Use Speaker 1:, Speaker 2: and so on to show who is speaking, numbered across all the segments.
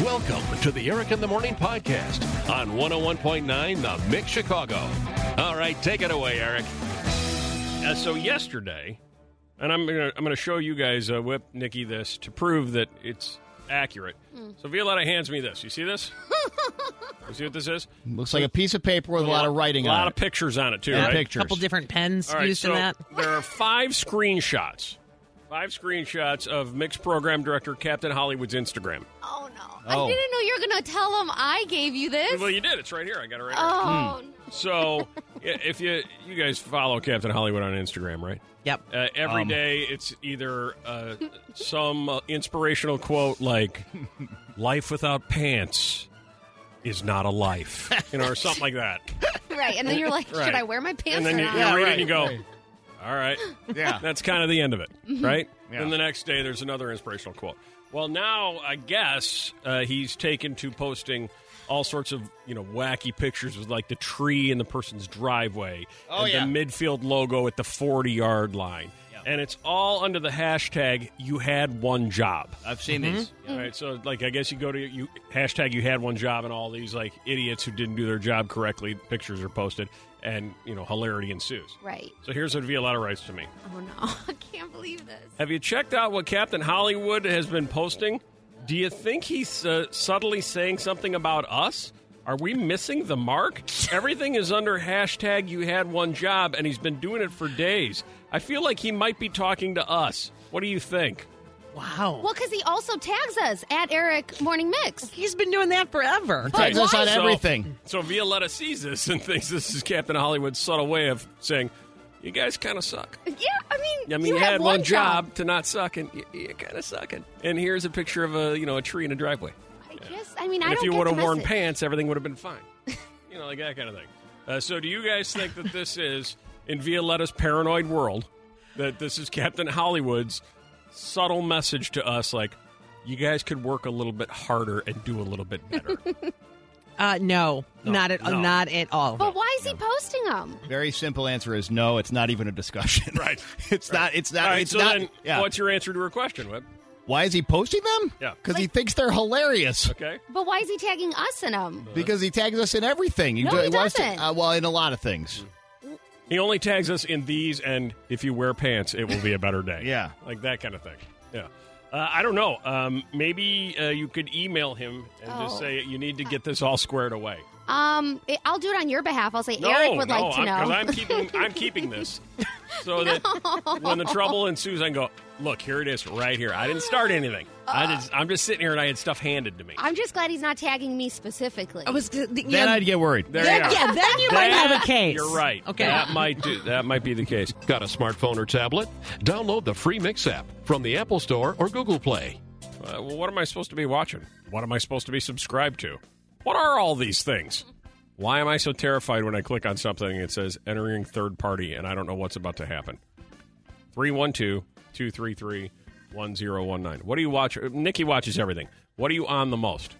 Speaker 1: Welcome to the Eric in the Morning podcast on 101.9 The Mix Chicago. All right, take it away, Eric.
Speaker 2: Uh, so yesterday, and I'm gonna I'm gonna show you guys uh, whip Nikki this to prove that it's accurate. So Violetta hands me this. You see this? you see what this is?
Speaker 3: Looks like a piece of paper with a lot of writing
Speaker 2: a lot
Speaker 3: on
Speaker 2: of
Speaker 3: it.
Speaker 2: pictures on it too.
Speaker 3: And
Speaker 2: right?
Speaker 3: pictures.
Speaker 4: couple different pens
Speaker 2: All right,
Speaker 4: used
Speaker 2: so
Speaker 4: in that.
Speaker 2: there are five screenshots, five screenshots of Mix Program Director Captain Hollywood's Instagram.
Speaker 5: Oh no!
Speaker 3: Oh.
Speaker 5: I didn't know you were gonna tell them I gave you this.
Speaker 2: Well, you Hmm. did. It's right here. I got it right here.
Speaker 5: oh, no.
Speaker 2: So yeah, if you you guys follow Captain Hollywood on Instagram, right?
Speaker 4: Yep.
Speaker 2: Uh, every
Speaker 3: Um.
Speaker 2: day it's either uh, some uh, inspirational quote like "Life without pants is not a life," you know, or something like that.
Speaker 5: right. And then you're like,
Speaker 2: Right.
Speaker 5: should I wear my
Speaker 2: and
Speaker 5: pants
Speaker 2: then
Speaker 5: or
Speaker 2: you,
Speaker 5: not?
Speaker 2: you
Speaker 3: Yeah,
Speaker 2: read it
Speaker 3: right,
Speaker 2: and you go,
Speaker 3: right.
Speaker 2: "All right,
Speaker 3: Yeah.
Speaker 2: that's kind of the end of it, right?"
Speaker 3: Mm-hmm. Yeah.
Speaker 2: And the next day there's another inspirational quote. Well, now I guess uh, he's taken to posting. All sorts of you know wacky pictures with like the tree in the person's driveway,
Speaker 3: Oh,
Speaker 2: and
Speaker 3: yeah.
Speaker 2: the midfield logo at the forty yard line, and it's all under the hashtag "You had one job."
Speaker 3: I've seen these.
Speaker 2: All right, so like I guess you go to you hashtag you had one job and all these like idiots who didn't do their job correctly pictures are posted and you know hilarity ensues.
Speaker 5: Right.
Speaker 2: So here's what Violetta writes to me:
Speaker 5: Oh no! I can't believe this.
Speaker 2: Have you checked out what Captain Hollywood has been posting? Do you think he's uh, subtly saying something about us? Are we missing the mark? Everything is under hashtag you had one job and he's been doing it for days. I feel like he might be talking to us. What do you think?
Speaker 4: Wow.
Speaker 5: Well, because he also tags us at Eric Morning Mix.
Speaker 4: he's been doing that forever.
Speaker 3: Tags us on
Speaker 2: So-
Speaker 3: everything.
Speaker 2: So Violetta sees this and thinks this is Captain Hollywood's subtle way of saying, "You guys kind of suck."
Speaker 5: Yeah, I mean,
Speaker 2: I mean,
Speaker 5: you
Speaker 2: you, had,
Speaker 5: have
Speaker 2: one job, to not suck, and you, you're kind of sucking. And here's a picture of a you know a tree in a driveway.
Speaker 5: I guess. I mean, I
Speaker 2: and if
Speaker 5: don't.
Speaker 2: you
Speaker 5: get
Speaker 2: would
Speaker 5: the
Speaker 2: have worn
Speaker 5: message.
Speaker 2: pants, everything would have been fine. you know, like that kind of thing. Uh, so, do you guys think that this is in Violetta's paranoid world that this is Captain Hollywood's subtle message to us, like? You guys could work a little bit harder and do a little bit better.
Speaker 4: Uh, no,
Speaker 2: No,
Speaker 4: not at uh,
Speaker 2: no.
Speaker 4: not at all.
Speaker 5: But why is he posting them?
Speaker 3: Very simple answer is no. It's not even a discussion.
Speaker 2: Right.
Speaker 3: It's not. It's not.
Speaker 2: All right,
Speaker 3: it's
Speaker 2: so
Speaker 3: not.
Speaker 2: then,
Speaker 3: yeah.
Speaker 2: what's your answer to her question, Whip?
Speaker 3: Why is he posting them?
Speaker 2: Yeah.
Speaker 3: Because he thinks they're hilarious.
Speaker 2: Okay.
Speaker 5: But why is he tagging us in them?
Speaker 3: Because he tags us in everything.
Speaker 5: No,
Speaker 3: do-
Speaker 5: he
Speaker 3: wants to-
Speaker 5: doesn't.
Speaker 3: uh, well, in a lot of
Speaker 2: Mm.
Speaker 3: things.
Speaker 2: He only tags us in these, and if you wear pants, it will be a better day.
Speaker 3: Yeah.
Speaker 2: Like that kind of thing. Yeah. Uh, I don't know. Um, maybe uh, you could email him and just
Speaker 5: Oh.
Speaker 2: say, you need to get this all squared away.
Speaker 5: Um, it- I'll do it on your behalf. I'll say
Speaker 2: No,
Speaker 5: Eric would
Speaker 2: no,
Speaker 5: like to
Speaker 2: I'm, 'cause
Speaker 5: know.
Speaker 2: I'm keeping, I'm keeping this. So that when the trouble ensues, I can go, look, here it is right here. I didn't start anything. I
Speaker 5: Uh,
Speaker 2: just, I'm just sitting here and I had stuff handed to me.
Speaker 5: I'm just glad he's not tagging me specifically.
Speaker 4: I was th- th-
Speaker 3: Then
Speaker 4: yeah,
Speaker 3: I'd get worried.
Speaker 2: There
Speaker 4: then,
Speaker 2: you go.
Speaker 4: yeah, then you might
Speaker 2: That-
Speaker 4: have a case.
Speaker 2: You're right.
Speaker 4: Okay.
Speaker 2: That might do. That might be the case.
Speaker 1: Got a smartphone or tablet? Download the free Mix app from the Apple Store or Google Play.
Speaker 2: Uh, well, what am I supposed to be watching? What am I supposed to be subscribed to? What are all these things? Why am I so terrified when I click on something and it says entering third party and I don't know what's about to happen? 312 233 1019. What do you watch? Uh, Nikki watches everything. What are you on the most?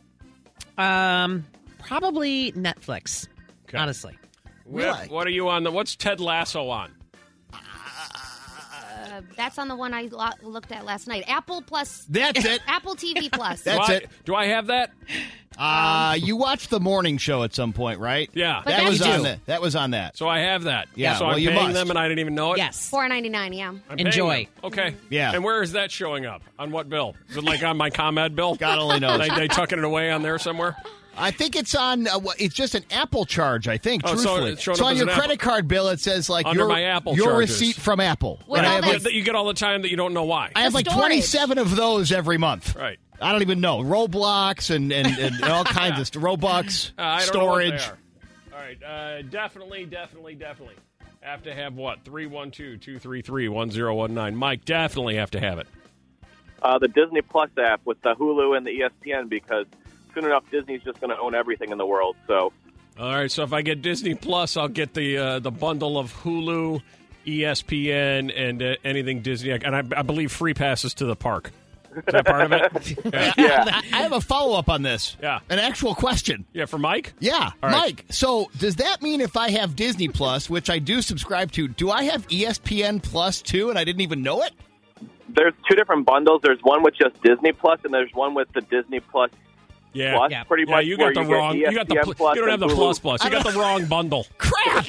Speaker 4: Um, probably Netflix.
Speaker 2: Okay.
Speaker 4: Honestly,
Speaker 2: Whip,
Speaker 3: Really?
Speaker 2: What are you on the What's Ted Lasso on?
Speaker 5: Uh, that's on the one I lo- looked at last night. Apple Plus.
Speaker 3: That's it.
Speaker 5: Apple TV Plus.
Speaker 3: That's-
Speaker 2: Why-
Speaker 3: it.
Speaker 2: Do I have that?
Speaker 3: Uh, you watched the morning show at some point, right?
Speaker 2: Yeah. But
Speaker 3: That
Speaker 5: that's
Speaker 3: was
Speaker 5: you
Speaker 3: on
Speaker 5: do.
Speaker 3: that. That was on that.
Speaker 2: So I have that.
Speaker 3: Yeah,
Speaker 2: So
Speaker 3: well,
Speaker 2: I'm
Speaker 3: you
Speaker 2: paying
Speaker 3: must.
Speaker 2: them and I didn't even know it.
Speaker 4: yes.
Speaker 5: Four ninety nine. Yeah.
Speaker 2: I'm paying
Speaker 4: Enjoy.
Speaker 2: them. Okay.
Speaker 3: Yeah.
Speaker 2: And where is that showing up? On what bill? Is it like on my ComEd bill?
Speaker 3: God only knows.
Speaker 2: they, they tucking it away on there somewhere.
Speaker 3: I think it's on. Uh, wh- it's just an Apple charge, I think.
Speaker 2: Oh, so
Speaker 3: truthfully,
Speaker 2: it's showing up
Speaker 3: on
Speaker 2: as
Speaker 3: your
Speaker 2: an
Speaker 3: credit
Speaker 2: Apple-
Speaker 3: card bill, it says like
Speaker 2: Under
Speaker 3: your
Speaker 2: my Apple
Speaker 3: your
Speaker 2: charges.
Speaker 3: receipt from Apple.
Speaker 5: What
Speaker 3: And I
Speaker 5: all
Speaker 3: have
Speaker 5: that-
Speaker 3: like,
Speaker 2: That you get all the time that you don't know why.
Speaker 3: I have like
Speaker 5: storage?
Speaker 3: twenty seven of those every month.
Speaker 2: Right.
Speaker 3: I don't even know Roblox and and, and all kinds of st- Robux
Speaker 2: Uh, I don't
Speaker 3: storage.
Speaker 2: Know what they are. All right, uh, definitely, definitely, definitely have to have what 312-233-1019. Mike, definitely have to have it.
Speaker 6: uh, the Disney Plus app with the Hulu and the E ESPN because soon enough Disney's just going to own everything in the world. So
Speaker 2: All right, so if I get Disney Plus, I'll get the uh, the bundle of Hulu, E ESPN, and uh, anything Disney, and I, I believe free passes to the park. Is that part of it? yeah.
Speaker 3: I, I have a follow up on this.
Speaker 2: Yeah.
Speaker 3: An actual question.
Speaker 2: yeah, for Mike.
Speaker 3: Yeah,
Speaker 2: All right.
Speaker 3: Mike. So does that mean if I have Disney Plus, which I do subscribe to, do I have E ESPN Plus too? And I didn't even know it.
Speaker 6: there's two different bundles. There's one with just Disney Plus, and there's one with the Disney Plus
Speaker 2: Yeah.
Speaker 6: Plus,
Speaker 4: Yeah.
Speaker 6: pretty
Speaker 2: Yeah,
Speaker 6: much
Speaker 2: you
Speaker 6: where
Speaker 2: got the
Speaker 6: you
Speaker 2: wrong.
Speaker 6: Get E
Speaker 2: you got the.
Speaker 6: ESPN
Speaker 2: pl-
Speaker 6: plus
Speaker 2: you don't have the
Speaker 6: and Hulu.
Speaker 2: plus plus. You got the wrong bundle.
Speaker 3: Crap.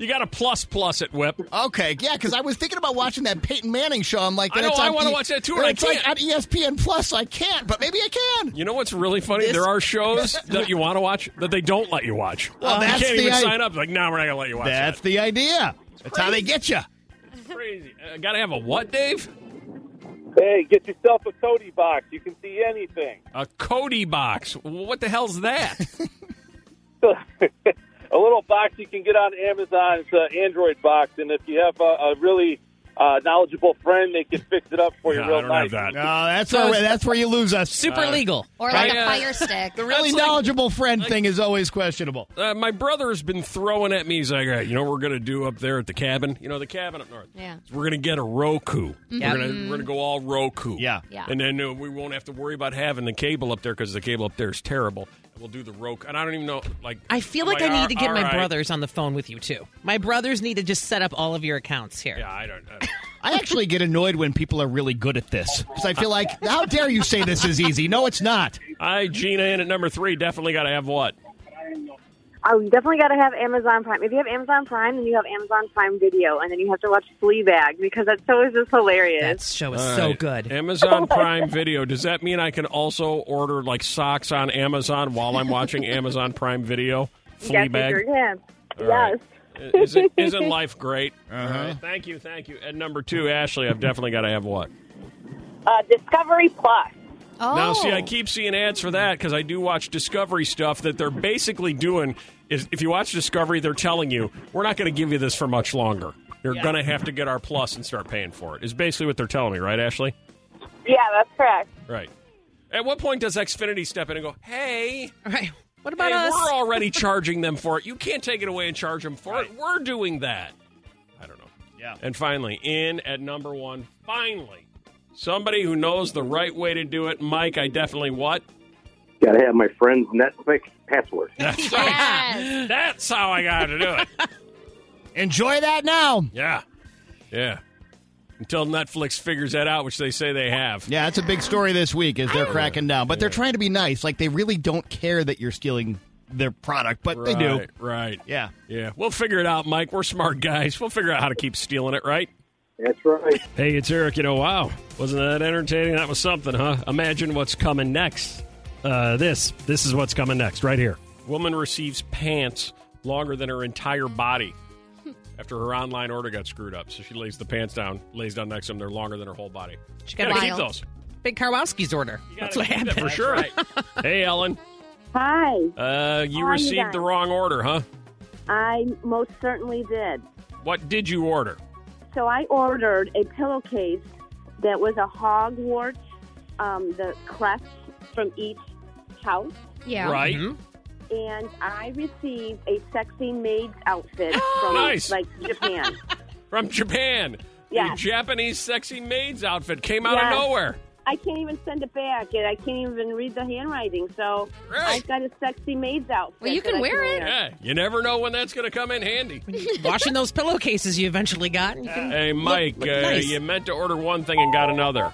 Speaker 2: You got a plus plus at Whip.
Speaker 3: Okay, yeah, because I was thinking about watching that Peyton Manning show. I'm like,
Speaker 2: I
Speaker 3: and it's
Speaker 2: know, I
Speaker 3: on E
Speaker 2: wanna watch that too,
Speaker 3: and
Speaker 2: and I
Speaker 3: it's like
Speaker 2: can't.
Speaker 3: on E ESPN Plus, so I can't. But maybe I can.
Speaker 2: You know what's really funny?
Speaker 4: This-
Speaker 2: there are shows that you want to watch that they don't let you watch.
Speaker 3: Well, that's
Speaker 2: you can't
Speaker 3: the
Speaker 2: even
Speaker 3: i-
Speaker 2: sign up. Like, no, we're not gonna let you watch
Speaker 3: That's the idea. That's how they get you.
Speaker 2: that. Crazy. I gotta have a what, Dave?
Speaker 6: Hey, get yourself a Cody box. You can see anything.
Speaker 2: A Cody box. What the hell's that?
Speaker 6: a little box you can get on Amazon. It's an Android box, and if you have a, a really uh, knowledgeable friend, they can fix it up for you
Speaker 2: No,
Speaker 6: real
Speaker 2: I don't
Speaker 6: nice.
Speaker 2: have
Speaker 3: No,
Speaker 2: that.
Speaker 3: that's
Speaker 4: So
Speaker 3: where
Speaker 4: is-
Speaker 3: that's where you lose us.
Speaker 4: Super legal.
Speaker 5: Or like
Speaker 2: I, uh,
Speaker 5: a fire stick.
Speaker 2: The
Speaker 3: really knowledgeable friend thing is always questionable.
Speaker 2: uh, my brother's been throwing at me. He's like, "Hey, you know what we're going to do up there at the cabin? You know, the cabin up north?
Speaker 5: Yeah.
Speaker 2: We're going to get a Roku.
Speaker 4: Yep.
Speaker 2: We're going we're gonna go all Roku.
Speaker 3: Yeah.
Speaker 5: Yeah.
Speaker 2: And then uh, we won't have to worry about having the cable up there because the cable up there is terrible. And we'll do the Roku. And I don't even know, like...
Speaker 4: I feel
Speaker 2: I'm
Speaker 4: like I need
Speaker 2: "All-
Speaker 4: to get
Speaker 2: oh all
Speaker 4: my
Speaker 2: right."
Speaker 4: brothers on the phone with you too. My brothers need to just set up all of your accounts here.
Speaker 2: Yeah, I don't... uh, I don't-
Speaker 3: I actually get annoyed when people are really good at this because I feel like, how dare you say this is easy? No, it's not.
Speaker 2: I, Gina, in at number three, definitely got to have what?
Speaker 7: Oh, you definitely got to have Amazon Prime. If you have Amazon Prime, then you have Amazon Prime Video, and then you have to watch Fleabag because that show is just hilarious.
Speaker 4: That show is
Speaker 2: All
Speaker 4: so
Speaker 2: right.
Speaker 4: good.
Speaker 2: Amazon Prime Video. Does that mean I can also order, like, socks on Amazon while I'm watching Amazon Prime Video?
Speaker 7: yes,
Speaker 2: Fleabag?
Speaker 7: you sure can.
Speaker 2: All
Speaker 7: yes.
Speaker 2: right. Isn't, isn't life great? All right. Thank you, thank you. And number two, Ashley, I've definitely got to have what?
Speaker 7: Uh, Discovery Plus.
Speaker 5: oh.
Speaker 2: Now, see, I keep seeing ads for that because I do watch Discovery stuff that they're basically doing is if you watch Discovery, they're telling you, we're not going to give you this for much longer. You're going to have to get our plus and start paying for it, is basically what they're telling me, right, Ashley?
Speaker 7: Yeah, that's correct.
Speaker 2: Right. At what point does Xfinity step in and go, hey,
Speaker 4: All right. What about
Speaker 2: hey,
Speaker 4: us?
Speaker 2: we're already charging them for it. You can't take it away and charge them for it. We're doing that. I don't know.
Speaker 3: Yeah.
Speaker 2: And finally, in at number one, finally, somebody who knows the right way to do it. Mike, I definitely what?
Speaker 6: Got to have my friend's Netflix password.
Speaker 5: Yes.
Speaker 2: That's how I got to do it.
Speaker 3: Enjoy that now.
Speaker 2: Yeah. Yeah. Until Netflix figures that out, which they say they have.
Speaker 3: Yeah, that's a big story this week is they're cracking down, but they're trying to be nice. Like they really don't care that you're stealing their product, but they do.
Speaker 2: Right, Right.
Speaker 3: Yeah.
Speaker 2: Yeah. We'll figure it out, Mike. We're smart guys. We'll figure out how to keep stealing it, right?
Speaker 6: That's right.
Speaker 2: Hey, it's Eric. You know, wow, wasn't that entertaining? That was something, huh? Imagine what's coming next. Uh, this, this is what's coming next, right here. Woman receives pants longer than her entire body after her online order got screwed up. So she lays the pants down, lays down next to them. They're longer than her whole body.
Speaker 4: She
Speaker 2: You
Speaker 4: got
Speaker 2: gotta
Speaker 4: a
Speaker 2: keep
Speaker 5: Wild.
Speaker 2: those.
Speaker 4: big Karwowski's order.
Speaker 2: You
Speaker 4: That's
Speaker 2: gotta
Speaker 4: what
Speaker 2: keep
Speaker 4: happened.
Speaker 2: that for sure. hey, Ellen,
Speaker 7: Hi.
Speaker 2: uh, you
Speaker 7: How are you
Speaker 2: received
Speaker 7: guys?
Speaker 2: the wrong order, huh?
Speaker 7: I most certainly did.
Speaker 2: What did you order?
Speaker 7: So I ordered a pillowcase that was a Hogwarts, um, the crest from each house,
Speaker 5: yeah.
Speaker 2: Right?
Speaker 7: and I received a sexy maid's outfit from
Speaker 2: Nice.
Speaker 7: like Japan.
Speaker 2: From Japan.
Speaker 7: Yes.
Speaker 2: A Japanese sexy maid's outfit came out
Speaker 7: Yes.
Speaker 2: of nowhere.
Speaker 7: I can't even send it back, and I can't even read the handwriting. So
Speaker 2: Right.
Speaker 7: I've got a sexy maid's outfit.
Speaker 5: Well, you
Speaker 7: that
Speaker 5: can
Speaker 7: I
Speaker 5: wear it.
Speaker 2: Yeah, you never know when that's going to come in handy.
Speaker 4: Washing those pillowcases you eventually got. You can-
Speaker 2: Hey, Mike,
Speaker 4: look
Speaker 2: uh,
Speaker 4: nice.
Speaker 2: you meant to order one thing and got another.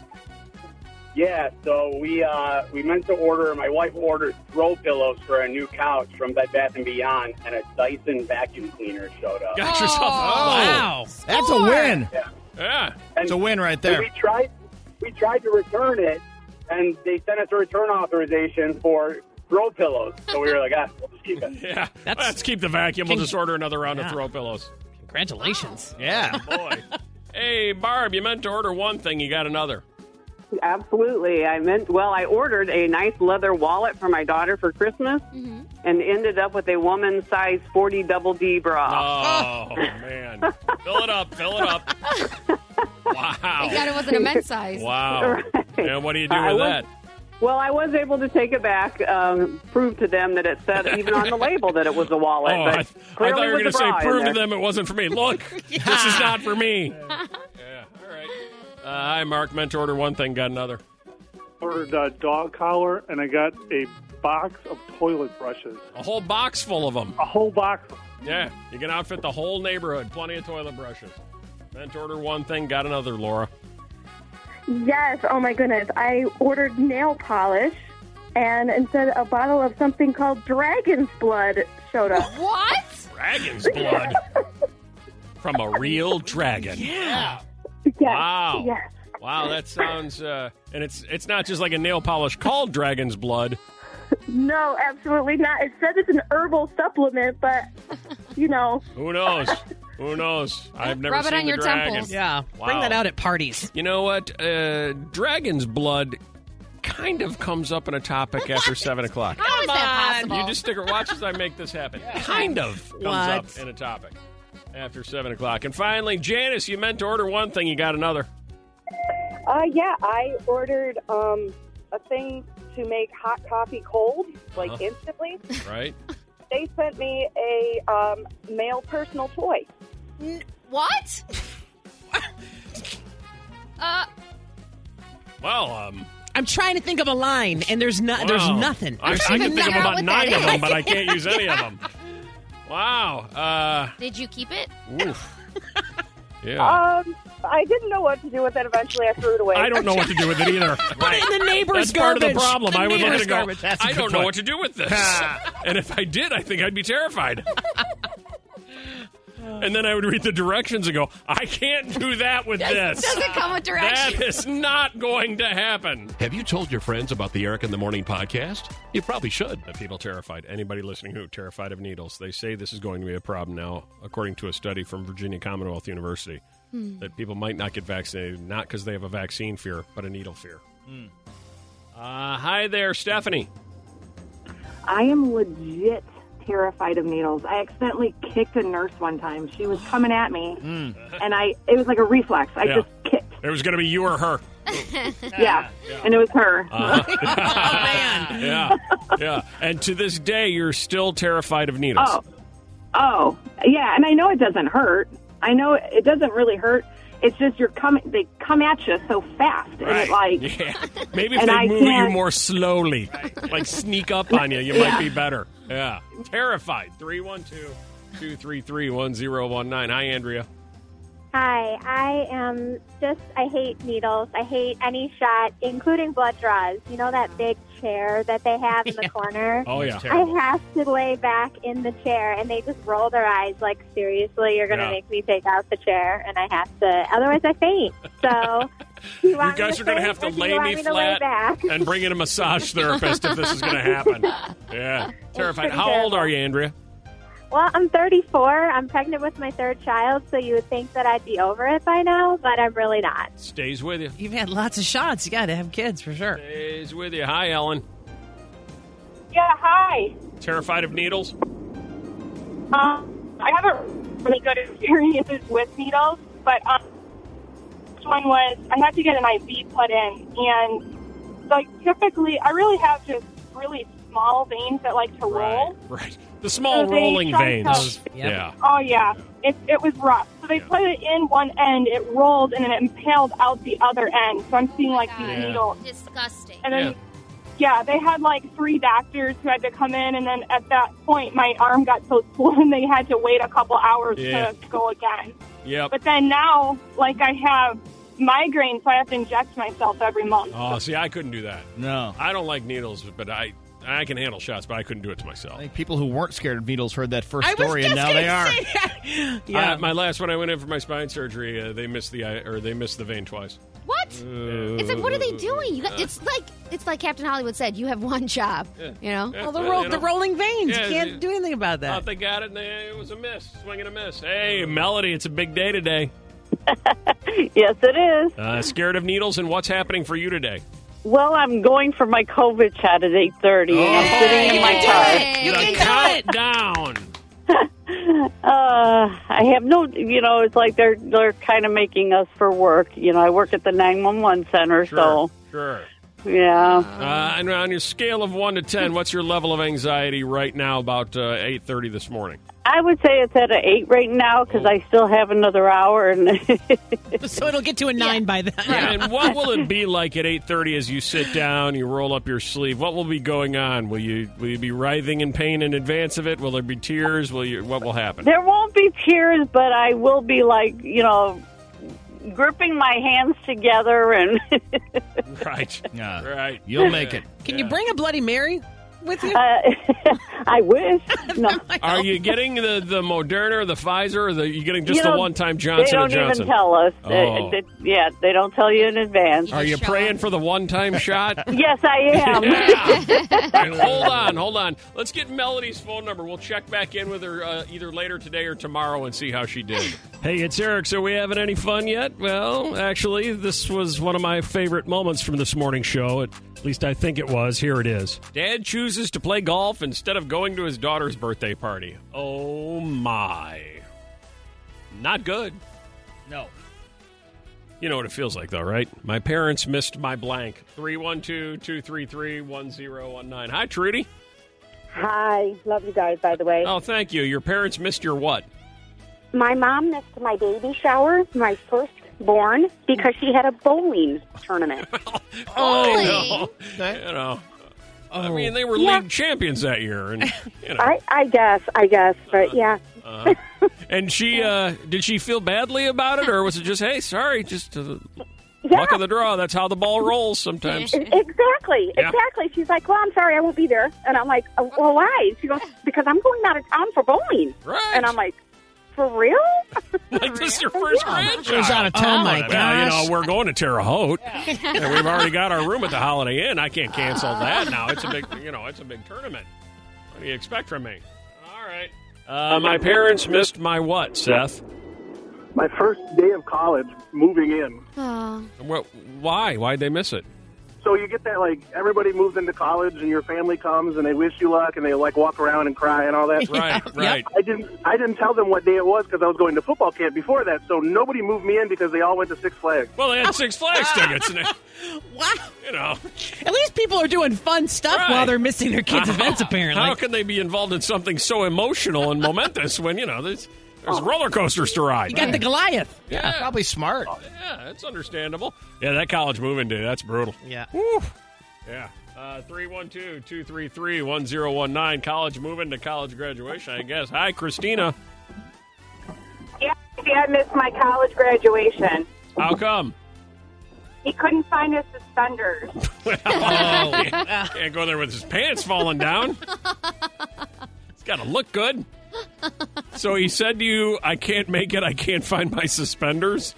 Speaker 8: Yeah, so we uh, we meant to order. My wife ordered throw pillows for a new couch from Bed Bath and Beyond, and a Dyson vacuum cleaner showed up.
Speaker 2: Got yourself a
Speaker 4: Wow.
Speaker 3: That's a win.
Speaker 2: Yeah.
Speaker 8: And
Speaker 3: It's a win right there.
Speaker 8: We tried we tried to return it, and they sent us a return authorization for throw pillows. So we were like, ah, we'll just keep it.
Speaker 2: Yeah.
Speaker 4: That's-
Speaker 2: Let's keep the vacuum. We'll
Speaker 4: Can-
Speaker 2: just order another round of
Speaker 4: Yeah.
Speaker 2: throw pillows. Oh,
Speaker 4: Congratulations.
Speaker 3: Yeah.
Speaker 2: Boy. hey, Barb, you meant to order one thing, you got another.
Speaker 9: Absolutely. I meant, well, I ordered a nice leather wallet for my daughter for Christmas
Speaker 5: Mm-hmm.
Speaker 9: and ended up with a woman size 40 double D bra.
Speaker 2: Oh, man. Fill it up. Fill it up.
Speaker 5: I
Speaker 2: Wow.
Speaker 5: thought it wasn't a men's size.
Speaker 2: Wow. And what do you do
Speaker 9: I
Speaker 2: with
Speaker 9: was-
Speaker 2: that?
Speaker 9: Well, I was able to take it back, um, prove to them that it said even on the label that it was a
Speaker 2: Oh,
Speaker 9: wallet.
Speaker 2: I,
Speaker 9: but
Speaker 2: I
Speaker 9: clearly
Speaker 2: thought you were
Speaker 9: going to
Speaker 2: say, prove to them it wasn't for me. Look, this is not for me. yeah. All right. Uh, hi, Mark. Meant to order one thing, got another.
Speaker 10: ordered a dog collar and I got a box of toilet brushes.
Speaker 2: A whole box full of them.
Speaker 10: A whole box.
Speaker 2: Yeah, you can outfit the whole neighborhood. Plenty of toilet brushes. Meant to order one thing, got another, Laura.
Speaker 11: Yes, oh my goodness. I ordered nail polish
Speaker 12: and instead a bottle of something called dragon's blood showed up.
Speaker 13: What?
Speaker 2: Dragon's blood from a real dragon.
Speaker 13: Yeah.
Speaker 2: Wow.
Speaker 12: Yes.
Speaker 2: Wow, that sounds uh and it's it's not just like a nail polish called dragon's blood.
Speaker 12: No, absolutely not. It said it's an herbal supplement, but you know,
Speaker 2: Who knows? Who knows? I've never
Speaker 12: Rub it
Speaker 2: seen
Speaker 12: on
Speaker 2: the
Speaker 12: your
Speaker 2: dragon.
Speaker 12: temples.
Speaker 4: Yeah.
Speaker 2: Wow.
Speaker 4: Bring that out at parties.
Speaker 2: You know what? Uh dragon's blood kind of comes up in a topic after seven o'clock.
Speaker 13: How is that possible?
Speaker 2: You just stick or watch as I make this happen. Kind of comes up
Speaker 4: What?
Speaker 2: in a topic after seven o'clock. And finally, Janice, you meant to order one thing, you got another.
Speaker 14: Uh, yeah, I ordered um, a thing to make hot coffee cold, like
Speaker 2: Uh-huh.
Speaker 14: instantly.
Speaker 2: Right?
Speaker 14: They sent me a um, male personal toy.
Speaker 13: What? uh,
Speaker 2: Well, um,
Speaker 4: I'm trying to think of a line, and there's not. There's
Speaker 2: Wow.
Speaker 4: nothing.
Speaker 2: I, I
Speaker 4: There's
Speaker 2: can
Speaker 4: nothing.
Speaker 2: think of about
Speaker 13: what that
Speaker 2: nine of them,
Speaker 13: is.
Speaker 2: but I can't use any of them. Wow.
Speaker 13: did you keep it?
Speaker 2: Uh, oof. Yeah.
Speaker 6: Ah!
Speaker 14: Um, I didn't know what to do with it. Eventually, I threw it away.
Speaker 2: I don't know what to do with it either. Put
Speaker 4: it in the neighbor's
Speaker 2: That's part of the
Speaker 4: garbage.
Speaker 2: problem.
Speaker 4: The
Speaker 2: I would look at
Speaker 4: neighbor's
Speaker 2: it and go,
Speaker 4: garbage. That's a
Speaker 2: I
Speaker 4: good
Speaker 2: don't know
Speaker 4: point.
Speaker 2: what to do with this. and if I did, I think I'd be terrified. and then I would read the directions and go, I can't do that with
Speaker 13: Does-
Speaker 2: this.
Speaker 13: doesn't come with directions.
Speaker 2: That is not going to happen.
Speaker 15: Have you told your friends about the Eric in the Morning podcast? You probably should.
Speaker 2: The people terrified. Anybody listening who terrified of needles. They say this is going to be a problem now, according to a study from Virginia Commonwealth University,
Speaker 15: Hmm.
Speaker 2: that people might not get vaccinated not because they have a vaccine fear, but a needle fear. Uh, hi there, Stephanie.
Speaker 16: I am legit terrified of needles. I accidentally kicked a nurse one time. She was coming at me, and I it was like a reflex. I
Speaker 2: Hmm. Yeah.
Speaker 16: just kicked.
Speaker 2: It was going to be you or her.
Speaker 16: Yeah. and it was her.
Speaker 2: Uh, man. yeah, yeah. And to this day, you're still terrified of needles.
Speaker 16: Oh, oh, yeah. And I know it doesn't hurt. I know it doesn't really hurt. It's just you're coming. They come at you so fast, and it like
Speaker 2: yeah. Maybe if
Speaker 16: And
Speaker 2: they
Speaker 16: I
Speaker 2: move you
Speaker 16: can't-
Speaker 2: more slowly, like sneak up on you, you might be better. Yeah. Terrified. 312 233 1019. Hi, Andrea.
Speaker 5: Hi, I am just, I hate needles. I hate any shot, including blood draws. You know that big chair that they have in the corner?
Speaker 2: Oh, yeah.
Speaker 5: I have to lay back in the chair, and they just roll their eyes like, seriously, you're going to
Speaker 2: Yeah.
Speaker 5: make me take out the chair, and I have to, otherwise I faint. So, do you,
Speaker 2: You
Speaker 5: want me
Speaker 2: guys
Speaker 5: to
Speaker 2: are going to
Speaker 5: faint
Speaker 2: have to
Speaker 5: or do you
Speaker 2: lay
Speaker 5: want
Speaker 2: me
Speaker 5: to lay
Speaker 2: flat
Speaker 5: back?
Speaker 2: and bring in a massage therapist if this is going to happen. Yeah. Terrified.
Speaker 5: pretty
Speaker 2: How old are you, Andrea?
Speaker 5: Well, I'm 34. I'm pregnant with my third child, so you would think that I'd be over it by now, but I'm really not.
Speaker 2: Stays with you.
Speaker 4: You've had lots of shots. You got to have kids for sure.
Speaker 2: Stays with you. Hi, Ellen.
Speaker 7: Yeah, hi.
Speaker 2: Terrified of needles?
Speaker 7: Um, I haven't really good experiences with needles, but um, this one was I had to get an IV put in, and like typically I really have just really small veins that like to roll.
Speaker 2: Right. The small
Speaker 7: So they
Speaker 2: rolling
Speaker 7: shrunk
Speaker 2: veins.
Speaker 7: up.
Speaker 2: Yeah.
Speaker 7: Oh yeah, it, it was rough. So they put it in one end, it rolled, and then it impaled out the other end. So I'm seeing like these
Speaker 2: Yeah.
Speaker 7: needles,
Speaker 13: Disgusting.
Speaker 7: and then Yeah, they had like three doctors who had to come in, and then at that point, my arm got so swollen they had to wait a couple hours
Speaker 2: Yeah.
Speaker 7: to go again.
Speaker 2: Yep.
Speaker 7: But then now, like I have migraine, so I have to inject myself every month.
Speaker 2: Oh, see, I couldn't do that. No, I don't like needles, but I I can handle shots, but I couldn't do it to myself.
Speaker 3: People who weren't scared of needles heard that first
Speaker 4: I was
Speaker 3: story, and
Speaker 4: just
Speaker 3: now they
Speaker 4: gonna
Speaker 3: are.
Speaker 4: say
Speaker 2: Yeah, Uh, my last one, I went in for my spine surgery. Uh, they missed the eye, or they missed the vein twice.
Speaker 13: What? It's like, what are they doing? You got,
Speaker 2: Uh,
Speaker 13: it's like, it's like Captain Hollywood said. You have one job. You know.
Speaker 2: Yeah, Well, the yeah, roll- you the know.
Speaker 4: rolling veins.
Speaker 2: Yeah,
Speaker 4: you can't
Speaker 2: yeah.
Speaker 4: do anything about that.
Speaker 2: Thought Uh, they got it, and they, it was a miss, swing and a miss. Hey, Melody, it's a big day today.
Speaker 8: Yes, it is.
Speaker 2: Uh, scared of needles, and what's happening for you today?
Speaker 8: Well, I'm going for my COVID shot at 8:30, and I'm sitting in my
Speaker 2: You
Speaker 8: car.
Speaker 2: Down.
Speaker 8: Uh, I have no, you know, it's like they're they're kind of making us for work. You know, I work at the 911 center,
Speaker 2: Sure. Sure.
Speaker 8: so yeah.
Speaker 2: Uh, and on your scale of one to ten, what's your level of anxiety right now about uh, eight thirty this morning?
Speaker 8: I would say it's at an eight right now because I still have another hour, and
Speaker 2: Uh,
Speaker 4: so it'll get to a nine by then.
Speaker 2: And what will it be like at 8:30 as you sit down, you roll up your sleeve? What will be going on? Will you will you be writhing in pain in advance of it? Will there be tears? Will you what will happen?
Speaker 8: there won't be tears, but I will be like, you know, gripping my hands together and
Speaker 2: Right. Right.
Speaker 3: You'll make it.
Speaker 4: Can you bring a Bloody Mary with you?
Speaker 2: Uh,
Speaker 17: I wish. No.
Speaker 2: Are you getting the the Moderna, or the Pfizer, or the you getting just
Speaker 17: You
Speaker 2: the
Speaker 17: don't-
Speaker 2: one time Johnson
Speaker 17: They
Speaker 2: and
Speaker 17: don't
Speaker 2: Johnson?
Speaker 17: even tell us. They-
Speaker 2: Oh.
Speaker 17: they- yeah, they don't tell you in advance.
Speaker 2: Are you praying for the one time shot?
Speaker 17: Yes, I am.
Speaker 2: And hold on, hold on. Let's get Melody's phone number. We'll check back in with her uh, either later today or tomorrow and see how she did. hey, it's Eric. So we having any fun yet? Well, actually, this was one of my favorite moments from this morning show. At least I think it was. Here it is. Dad chooses to play golf instead of going to his daughter's birthday party. Oh my. Not good.
Speaker 3: No.
Speaker 2: You know what it feels like, though, right? My parents missed my blank. 312 233 1019. Hi, Trudy.
Speaker 18: Hi, love you guys. By the way,
Speaker 2: Oh, thank you. Your parents missed your what?
Speaker 18: my mom missed my baby shower, my firstborn, because she had a bowling tournament.
Speaker 2: You know, you know. I mean, they were
Speaker 18: Yeah.
Speaker 2: league champions that year, and you know.
Speaker 18: I, I guess, I guess, but yeah.
Speaker 2: uh-huh. and she uh, did she feel badly about it, or was it just hey, sorry, just uh, luck of the draw? That's how the ball rolls sometimes.
Speaker 18: Exactly,
Speaker 2: Yeah.
Speaker 18: exactly. She's like, "Well, I'm sorry, I won't be there," and I'm like, "Oh, "Well, why?" She goes, "Because I'm going out of town for bowling."
Speaker 2: Right.
Speaker 18: And I'm like, "For real?"
Speaker 2: like this is your first grandchild.
Speaker 18: Goes out of
Speaker 4: town. Oh, my
Speaker 2: well, you
Speaker 4: gosh.
Speaker 2: know, we're going to Terre Haute. and we've already got our room at the Holiday Inn. I can't cancel that now. It's a big, you know, it's a big tournament. What do you expect from me? All right. Uh, my parents missed my what, Seth?
Speaker 8: My first day of college, moving in.
Speaker 5: Oh.
Speaker 2: What, why? Why'd they miss it?
Speaker 8: So you get that like everybody moves into college and your family comes and they wish you luck and they like walk around and cry and all that.
Speaker 2: Right, right.
Speaker 8: I didn't I didn't tell them what day it was because I was going to football camp before that, so nobody moved me in because they all went to Six Flags.
Speaker 2: Well, they had Six Flags tickets. And they-
Speaker 4: Wow.
Speaker 2: You know,
Speaker 4: At least people are doing fun stuff while they're missing their kids' events, apparently.
Speaker 2: How can they be involved in something so emotional and momentous when you know there's there's roller coasters to ride?
Speaker 4: you got the Goliath.
Speaker 2: Yeah.
Speaker 3: Probably smart.
Speaker 2: Yeah, that's understandable. Yeah, that college moving day, that's brutal.
Speaker 4: Yeah.
Speaker 2: Yeah. Uh, 312-233-1019. College moving to college graduation, I guess. Hi, Christina.
Speaker 7: Yeah, Dad missed my college graduation.
Speaker 2: How come?
Speaker 7: He couldn't find his suspenders.
Speaker 2: Can't Oh. can't go there with his pants falling down. It's got to look good. So he said to you, I can't make it. I can't find my suspenders.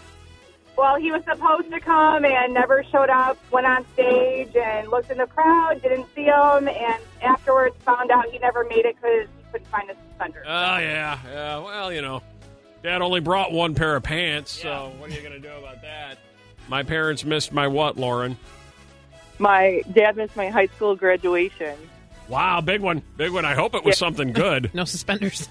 Speaker 7: Well, he was supposed to come and never showed up. Went on stage and looked in the crowd, didn't see him, and afterwards found out he never made it because he couldn't find his suspenders.
Speaker 2: Oh, yeah. Yeah. Well, you know, dad only brought one pair of pants. So what are you going to do about that? My parents missed my what, Lauren?
Speaker 19: My dad missed my high school graduation.
Speaker 2: Wow, big one. Big one. I hope it was something good.
Speaker 4: No suspenders.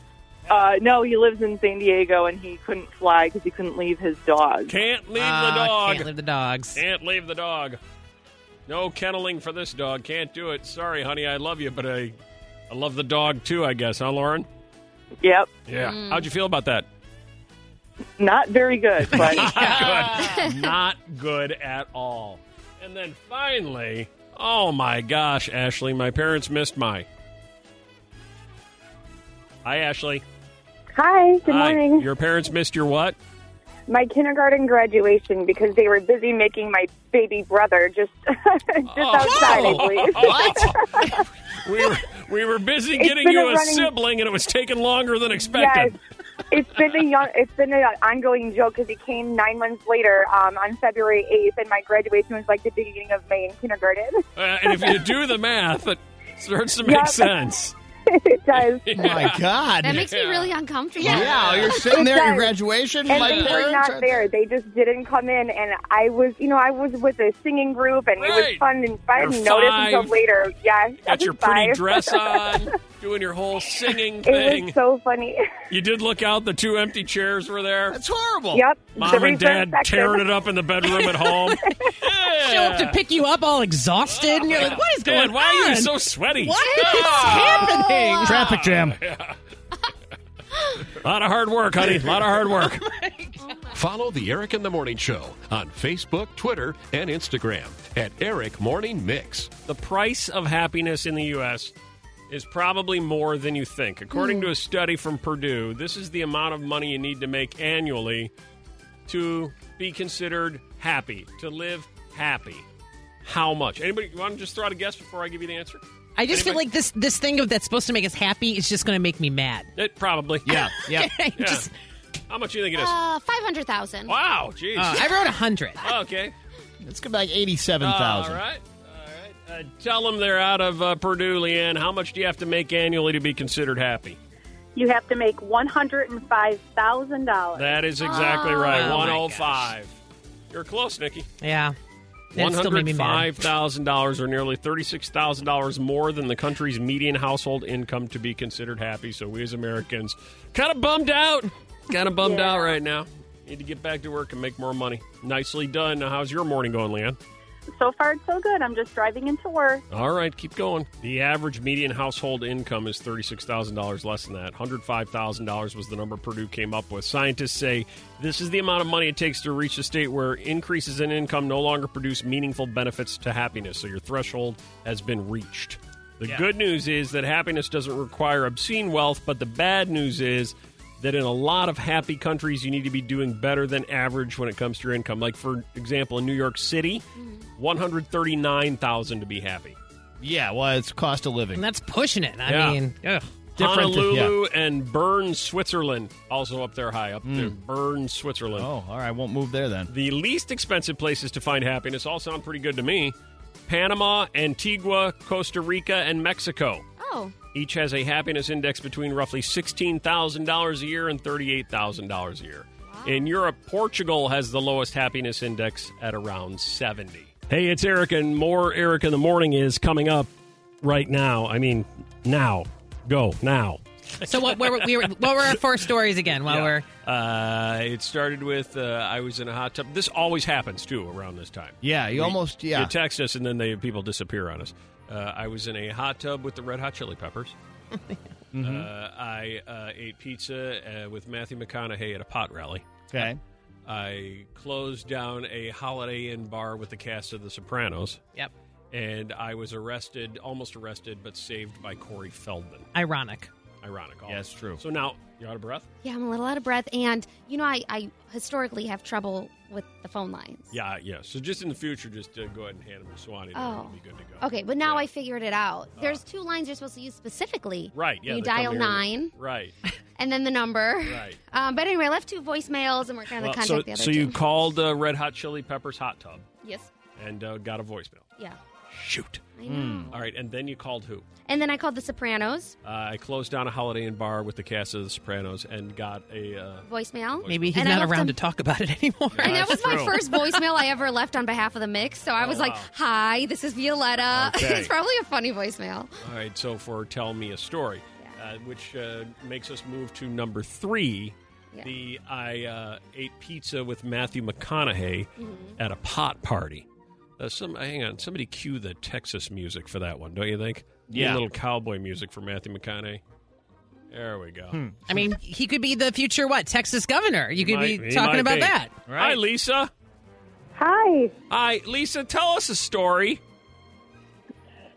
Speaker 19: Uh, no, he lives in San Diego and he couldn't fly because he couldn't leave his dog.
Speaker 2: Uh, Can't leave the
Speaker 4: Ah,
Speaker 2: dog.
Speaker 4: Can't leave the dogs.
Speaker 2: Can't leave the dog. No kenneling for this dog. Can't do it. Sorry, honey. I love you, but I, I love the dog too. I guess, huh, Lauren?
Speaker 19: Yep.
Speaker 2: Yeah.
Speaker 19: Mm.
Speaker 2: How'd you feel about that?
Speaker 19: Not very good, but
Speaker 2: good. Not good at all. And then finally, oh my gosh, Ashley, my parents missed my. Hi, Ashley.
Speaker 7: Hi, good
Speaker 2: Hi.
Speaker 7: morning.
Speaker 2: Your parents missed your what?
Speaker 7: My kindergarten graduation because they were busy making my baby brother just just
Speaker 2: Oh.
Speaker 7: outside, I believe.
Speaker 2: We were, we were busy
Speaker 7: It's
Speaker 2: getting
Speaker 7: been
Speaker 2: you
Speaker 7: a
Speaker 2: a
Speaker 7: running-
Speaker 2: sibling, and it was taking longer than expected.
Speaker 7: Yes, it's been a young, it's been an ongoing joke because he came nine months later um, on February eighth, and my graduation was like the beginning of May in kindergarten.
Speaker 2: Uh, and if you do the math, it starts to make
Speaker 7: Yep.
Speaker 2: sense.
Speaker 7: it does.
Speaker 3: My God.
Speaker 5: That makes me really uncomfortable.
Speaker 3: Yeah, you're sitting there at your graduation.
Speaker 7: And
Speaker 3: my
Speaker 7: they were
Speaker 3: parents
Speaker 7: not
Speaker 3: are-
Speaker 7: there. They just didn't come in, and I was, you know, I was with a singing group, and it was
Speaker 2: Right.
Speaker 7: fun. And I
Speaker 2: You're
Speaker 7: didn't notice
Speaker 2: five.
Speaker 7: until later. Yeah, I
Speaker 2: Got
Speaker 7: was
Speaker 2: your pretty
Speaker 7: five.
Speaker 2: dress on, doing your whole singing
Speaker 7: it
Speaker 2: thing.
Speaker 7: was so funny.
Speaker 2: you did look out; the two empty chairs were there. That's
Speaker 3: horrible.
Speaker 7: Yep.
Speaker 2: Mom
Speaker 7: The
Speaker 2: and Dad
Speaker 7: reverse section.
Speaker 2: tearing it up in the bedroom at home.
Speaker 4: Show up to pick you up all exhausted, and you're like, what is
Speaker 2: Dad,
Speaker 4: going on?
Speaker 2: why are you so sweaty? Ah.
Speaker 4: What is happening?
Speaker 3: Traffic jam.
Speaker 2: A lot of hard work, honey. A lot of hard work.
Speaker 1: Follow the Eric in the Morning Show on Facebook, Twitter, and Instagram at Eric Morning Mix.
Speaker 2: the price of happiness in the U.S. is probably more than you think. According to a study from Purdue, this is the amount of money you need to make annually to be considered happy, to live happy. How much? Anybody you want to just throw out a guess before I give you the answer?
Speaker 4: I just feel
Speaker 2: Anybody?
Speaker 4: like this this thing of that's supposed to make us happy is just going to make me mad.
Speaker 2: It probably. Yeah.
Speaker 4: yeah.
Speaker 2: Just- How much do you think it is?
Speaker 5: Uh, 500,000.
Speaker 2: wow. Jeez.
Speaker 4: Uh, I wrote a hundred.
Speaker 2: okay.
Speaker 3: It's gonna be like eighty-seven thousand.
Speaker 2: All right. All right. Uh, tell them they're out of uh, Purdue, Leanne. How much do you have to make annually to be considered happy?
Speaker 20: You have to make one hundred and five thousand dollars.
Speaker 2: That is exactly right.
Speaker 4: Oh, my
Speaker 2: 105. You're close, Nikki.
Speaker 4: Yeah. That
Speaker 2: One
Speaker 4: still made me
Speaker 2: hundred
Speaker 4: mad.
Speaker 2: five thousand dollars, or nearly thirty-six thousand dollars more than the country's median household income to be considered happy. So we as Americans, kind of bummed out, kind of bummed out right now. Need to get back to work and make more money. Nicely done. Now, how's your morning going, Leanne?
Speaker 20: So far, it's so good. I'm just driving into work.
Speaker 2: All right, keep going. The average median household income is $36,000 less than that. $105,000 was the number Purdue came up with. Scientists say this is the amount of money it takes to reach a state where increases in income no longer produce meaningful benefits to happiness. So your threshold has been reached. The
Speaker 1: Yeah.
Speaker 2: good news is that happiness doesn't require obscene wealth, but the bad news is that in a lot of happy countries, you need to be doing better than average when it comes to your income. Like, for example, in New York City, 139000 to be happy.
Speaker 3: Yeah, well, it's cost of living.
Speaker 4: And that's pushing it. I
Speaker 2: Yeah.
Speaker 4: mean, ugh.
Speaker 2: Honolulu and Bern, Switzerland, also up there high, up there. Bern, Switzerland.
Speaker 3: Oh, all right. Won't move there then.
Speaker 2: The least expensive places to find happiness all sound pretty good to me. Panama, Antigua, Costa Rica, and Mexico.
Speaker 5: Oh.
Speaker 2: Each has a happiness index between roughly $16,000 a year and $38,000 a year. In Europe, Portugal has the lowest happiness index at around 70. Hey, it's Eric, and more Eric in the Morning is coming up right now. I mean, now. Go, now.
Speaker 4: So what? Where, were- we were, what were our four stories again? While
Speaker 2: Yeah.
Speaker 4: we're
Speaker 2: Uh, it started with uh, I was in a hot tub. This always happens too around this time.
Speaker 3: Yeah, you
Speaker 2: We-
Speaker 3: almost- yeah.
Speaker 2: You text us and then they people disappear on us. Uh, I was in a hot tub with the Red Hot Chili Peppers. Uh, I uh, ate pizza uh, with Matthew McConaughey at a pot rally.
Speaker 3: Okay.
Speaker 2: I closed down a Holiday Inn bar with the cast of The Sopranos.
Speaker 4: Yep.
Speaker 2: And I was arrested, almost arrested, but saved by Corey Feldman.
Speaker 4: ironic.
Speaker 2: Ironic.
Speaker 3: Oh.
Speaker 2: Yeah, that's true. So now you're out of breath.
Speaker 5: Yeah, I'm a little out of breath. And, you know, I, I historically have trouble with the phone lines.
Speaker 2: Yeah, yeah. So just in the future, just uh, go ahead and hand them to Swanee. and
Speaker 5: Oh.
Speaker 2: It'll be good to go.
Speaker 5: Okay, but now I figured it out. There's two lines you're supposed to use specifically.
Speaker 2: Uh. Right. Yeah.
Speaker 5: You
Speaker 2: they come
Speaker 5: dial
Speaker 2: here.
Speaker 5: nine
Speaker 2: Right.
Speaker 5: and then the number.
Speaker 2: Right.
Speaker 5: Um, but anyway, I left two voicemails and we're going to
Speaker 2: Well,
Speaker 5: contact
Speaker 2: so
Speaker 5: the other
Speaker 2: so you
Speaker 5: two.
Speaker 2: called uh, Red Hot Chili Peppers Hot Tub
Speaker 5: Yes.
Speaker 2: and uh, got a voicemail.
Speaker 5: Yeah.
Speaker 2: Shoot.
Speaker 5: I know.
Speaker 2: All right, and then you called who?
Speaker 5: And then I called The Sopranos
Speaker 2: Uh, I closed down a Holiday Inn bar with the cast of The Sopranos and got a. Uh,
Speaker 5: voicemail.
Speaker 4: Maybe he's
Speaker 5: And I
Speaker 4: not
Speaker 5: left
Speaker 4: around
Speaker 5: him-
Speaker 4: to talk about it anymore.
Speaker 5: And that was my
Speaker 2: true.
Speaker 5: first voicemail I ever left on behalf of the mix. So I was like,
Speaker 2: wow.
Speaker 5: hi, this is Violetta.
Speaker 2: Okay.
Speaker 5: it's probably a funny voicemail.
Speaker 2: all right, so for Tell Me a Story, uh, which uh, makes us move to number three.
Speaker 5: Yeah.
Speaker 2: The I uh, ate pizza with Matthew McConaughey
Speaker 4: Mm-hmm.
Speaker 2: at a pot party. Uh, some hang on, somebody cue the Texas music for that one, don't you think? Need a
Speaker 1: Yeah.
Speaker 2: little cowboy music for Matthew McConaughey. There we go.
Speaker 4: I mean, he could be the future what Texas governor. You could
Speaker 2: Might-
Speaker 4: be
Speaker 2: he
Speaker 4: talking
Speaker 2: might
Speaker 4: about
Speaker 2: be.
Speaker 4: that.
Speaker 2: Hi, Lisa.
Speaker 7: Hi.
Speaker 2: Hi, Lisa. Tell us a story.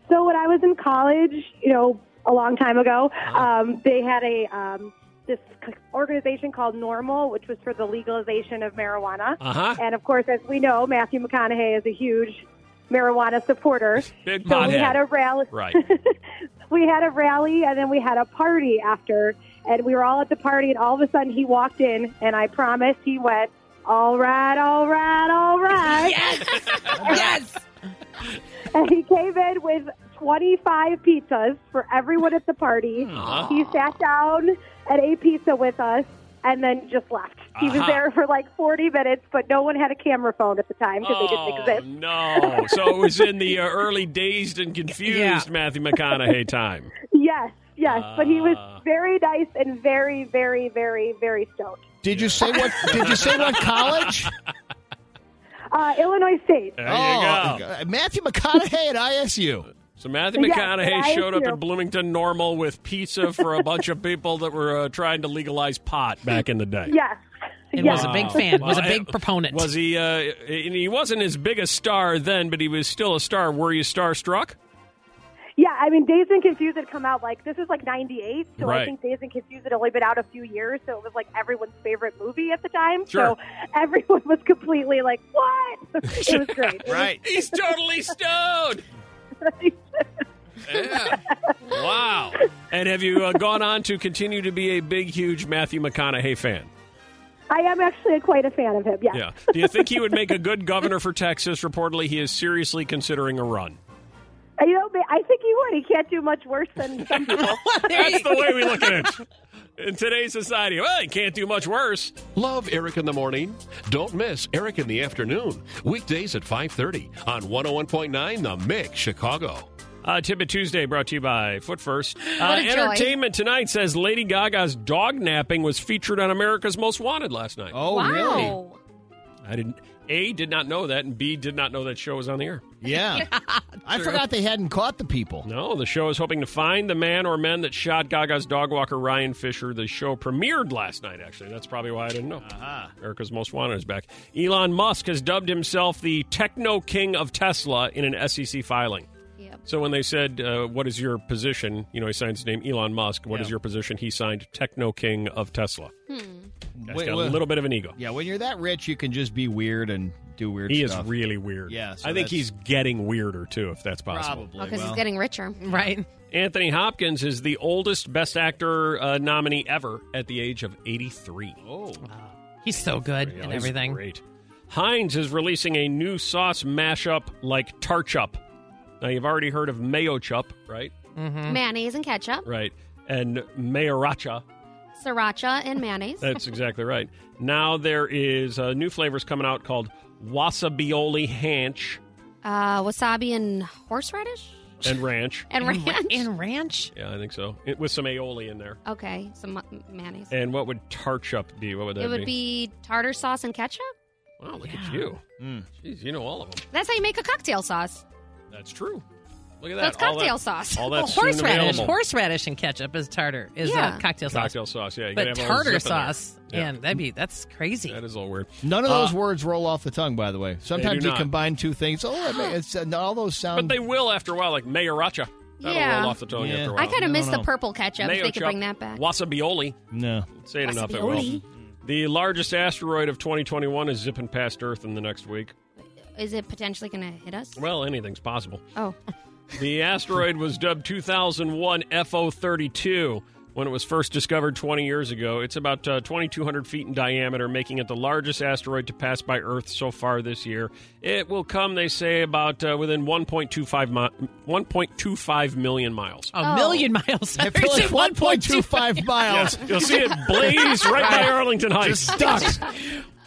Speaker 7: So when I was in college, you know, a long time ago,
Speaker 2: Uh-huh.
Speaker 7: um, they had a um, this c- organization called Normal, which was for the legalization of marijuana.
Speaker 2: Uh-huh.
Speaker 7: And of course, as we know, Matthew McConaughey is a huge marijuana supporter.
Speaker 2: Big
Speaker 7: so we
Speaker 2: pothead.
Speaker 7: had a rally.
Speaker 2: Right.
Speaker 7: we had a rally, and then we had a party after, and we were all at the party, and all of a sudden he walked in, and I promise he went. All right, all right, all right.
Speaker 4: yes.
Speaker 7: and he came in with 25 pizzas for everyone at the party.
Speaker 2: Uh-huh.
Speaker 7: He sat down and ate pizza with us and then just left. He was
Speaker 2: Uh-huh.
Speaker 7: there for like 40 minutes, but no one had a camera phone at the time because
Speaker 2: Oh.
Speaker 7: they didn't exist.
Speaker 2: no. So it was in the uh, early dazed and confused Matthew McConaughey time.
Speaker 7: Yes, yes, but he was very nice and very, very, very, very stoned.
Speaker 3: Did you say what? did you say what college?
Speaker 7: Uh, Illinois State.
Speaker 2: There you go.
Speaker 3: uh, Matthew McConaughey at ISU.
Speaker 2: So Matthew
Speaker 7: Yes,
Speaker 2: McConaughey
Speaker 7: I
Speaker 2: showed up
Speaker 7: do.
Speaker 2: in Bloomington Normal with pizza for a bunch of people that were uh, trying to legalize pot back in the day.
Speaker 7: Yes.
Speaker 4: And
Speaker 7: yes.
Speaker 4: was a big fan. Was a
Speaker 2: Wow.
Speaker 4: big proponent.
Speaker 2: Was he? Uh, and he wasn't as big a star then, but he was still a star. Were you starstruck?
Speaker 7: Yeah, I mean, Dazed and Confused had come out like this was like '98, so
Speaker 2: Right.
Speaker 7: I think Dazed and Confused had only been out a few years, so it was like everyone's favorite movie at the time.
Speaker 2: Sure.
Speaker 7: So everyone was completely like, "What?" it was great.
Speaker 2: Right. He's totally stoned. Wow. And have you uh, gone on to continue to be a big, huge Matthew McConaughey fan?
Speaker 7: I am actually quite a fan of him. Yeah.
Speaker 2: Yeah. Do you think he would make a good governor for Texas? Reportedly, he is seriously considering a run.
Speaker 7: And, You know, I think he would. He can't do much worse than some people.
Speaker 2: That's the way we look at it in today's society. Well, you can't do much worse.
Speaker 1: Love Eric in the morning? Don't miss Eric in the afternoon. Weekdays at 5:30 on 101.9 The Mix Chicago.
Speaker 2: Uh, Tidbit Tuesday brought to you by Foot First. Uh,
Speaker 1: What a joy.
Speaker 2: Entertainment Tonight says Lady Gaga's dog napping was featured on America's Most Wanted last night.
Speaker 3: Oh,
Speaker 5: wow.
Speaker 2: I didn't. A did not know that, and B did not know that show was on the air.
Speaker 3: Yeah. I forgot they hadn't caught the people.
Speaker 2: No, the show is hoping to find the man or men that shot Gaga's dog walker Ryan Fisher. The show premiered last night, actually. That's probably why I didn't know.
Speaker 3: Uh-huh.
Speaker 2: America's Most Wanted is back. Elon Musk has dubbed himself the techno king of Tesla in an SEC filing. So when they said, uh, "What is your position?" You know, he signed his name Elon Musk. What is your position? He signed Techno King of Tesla. Guy's
Speaker 3: Wait,
Speaker 2: got a
Speaker 3: wait.
Speaker 2: little bit of an ego.
Speaker 3: Yeah, when you're that rich, you can just be weird and do weird
Speaker 2: He is
Speaker 3: stuff.
Speaker 2: really weird.
Speaker 3: Yeah, so
Speaker 2: I think
Speaker 3: that's-
Speaker 2: he's getting weirder too, if that's possible.
Speaker 3: Probably.
Speaker 5: Because Oh, he's getting richer. Right.
Speaker 2: Anthony Hopkins is the oldest Best Actor uh, nominee ever at the age of 83.
Speaker 3: Oh,
Speaker 2: he's so good
Speaker 4: in everything.
Speaker 2: Great. Heinz is releasing a new sauce mashup like Tarchup. Now you've already heard of Mayo Chup, right? Mm-hmm.
Speaker 5: Mayonnaise and ketchup,
Speaker 2: Right. And Mayoracha.
Speaker 5: sriracha and mayonnaise.
Speaker 2: That's exactly right. Now there is uh, new flavors coming out called Wasabioli Hanch
Speaker 5: Uh, wasabi and horseradish
Speaker 2: and Ranch.
Speaker 5: and ranch.
Speaker 4: And ranch.
Speaker 2: Yeah, I think so. It, with some aioli in there.
Speaker 5: Okay, some mu- mayonnaise.
Speaker 2: And what would Tarchup be? What would that
Speaker 5: it would be? tartar sauce and ketchup.
Speaker 2: Wow, look at you. Jeez, you know all of them.
Speaker 5: That's how you make a cocktail sauce.
Speaker 2: That's true. Look at
Speaker 5: So it's cocktail sauce.
Speaker 2: All
Speaker 4: Well,
Speaker 2: that's soon
Speaker 4: horseradish,
Speaker 2: available.
Speaker 4: horseradish and ketchup is tartar is
Speaker 5: Yeah.
Speaker 4: uh, cocktail sauce.
Speaker 2: Cocktail sauce, yeah. you
Speaker 4: but
Speaker 2: gotta have a little
Speaker 4: tartar
Speaker 2: zip in there.
Speaker 4: sauce,
Speaker 2: Yeah.
Speaker 4: man, that'd be that's crazy.
Speaker 2: That is all weird.
Speaker 3: None of those
Speaker 2: Uh,
Speaker 3: words roll off the tongue, by the way. Sometimes
Speaker 2: do
Speaker 3: you
Speaker 2: not.
Speaker 3: combine two things. Oh, I mean, it's, and all those sound.
Speaker 2: But they will after a while, like Mayoracha. That'll
Speaker 5: Yeah.
Speaker 2: roll off the tongue
Speaker 3: Yeah.
Speaker 2: after a while.
Speaker 5: I kind of miss the
Speaker 2: know.
Speaker 5: purple ketchup. if
Speaker 2: Mayo
Speaker 5: they could
Speaker 2: chop,
Speaker 5: bring that back.
Speaker 2: Wasabioli.
Speaker 3: No.
Speaker 2: Say it enough, it will.
Speaker 5: Wasabioli.
Speaker 2: The largest asteroid of 2021 is zipping past Earth in the next week.
Speaker 5: Is it potentially going to hit us?
Speaker 2: Well, anything's possible.
Speaker 5: Oh,
Speaker 2: The asteroid was dubbed 2001 FO32 when it was first discovered 20 years ago. It's about uh, 2,200 feet in diameter, making it the largest asteroid to pass by Earth so far this year. It will come, they say, about uh, within 1.25 mi- 1.25 million miles.
Speaker 5: Oh.
Speaker 4: A million miles.
Speaker 3: I feel like 1.25 miles.
Speaker 2: Yeah. You'll see it blaze right by Arlington Heights.
Speaker 3: Just stuck.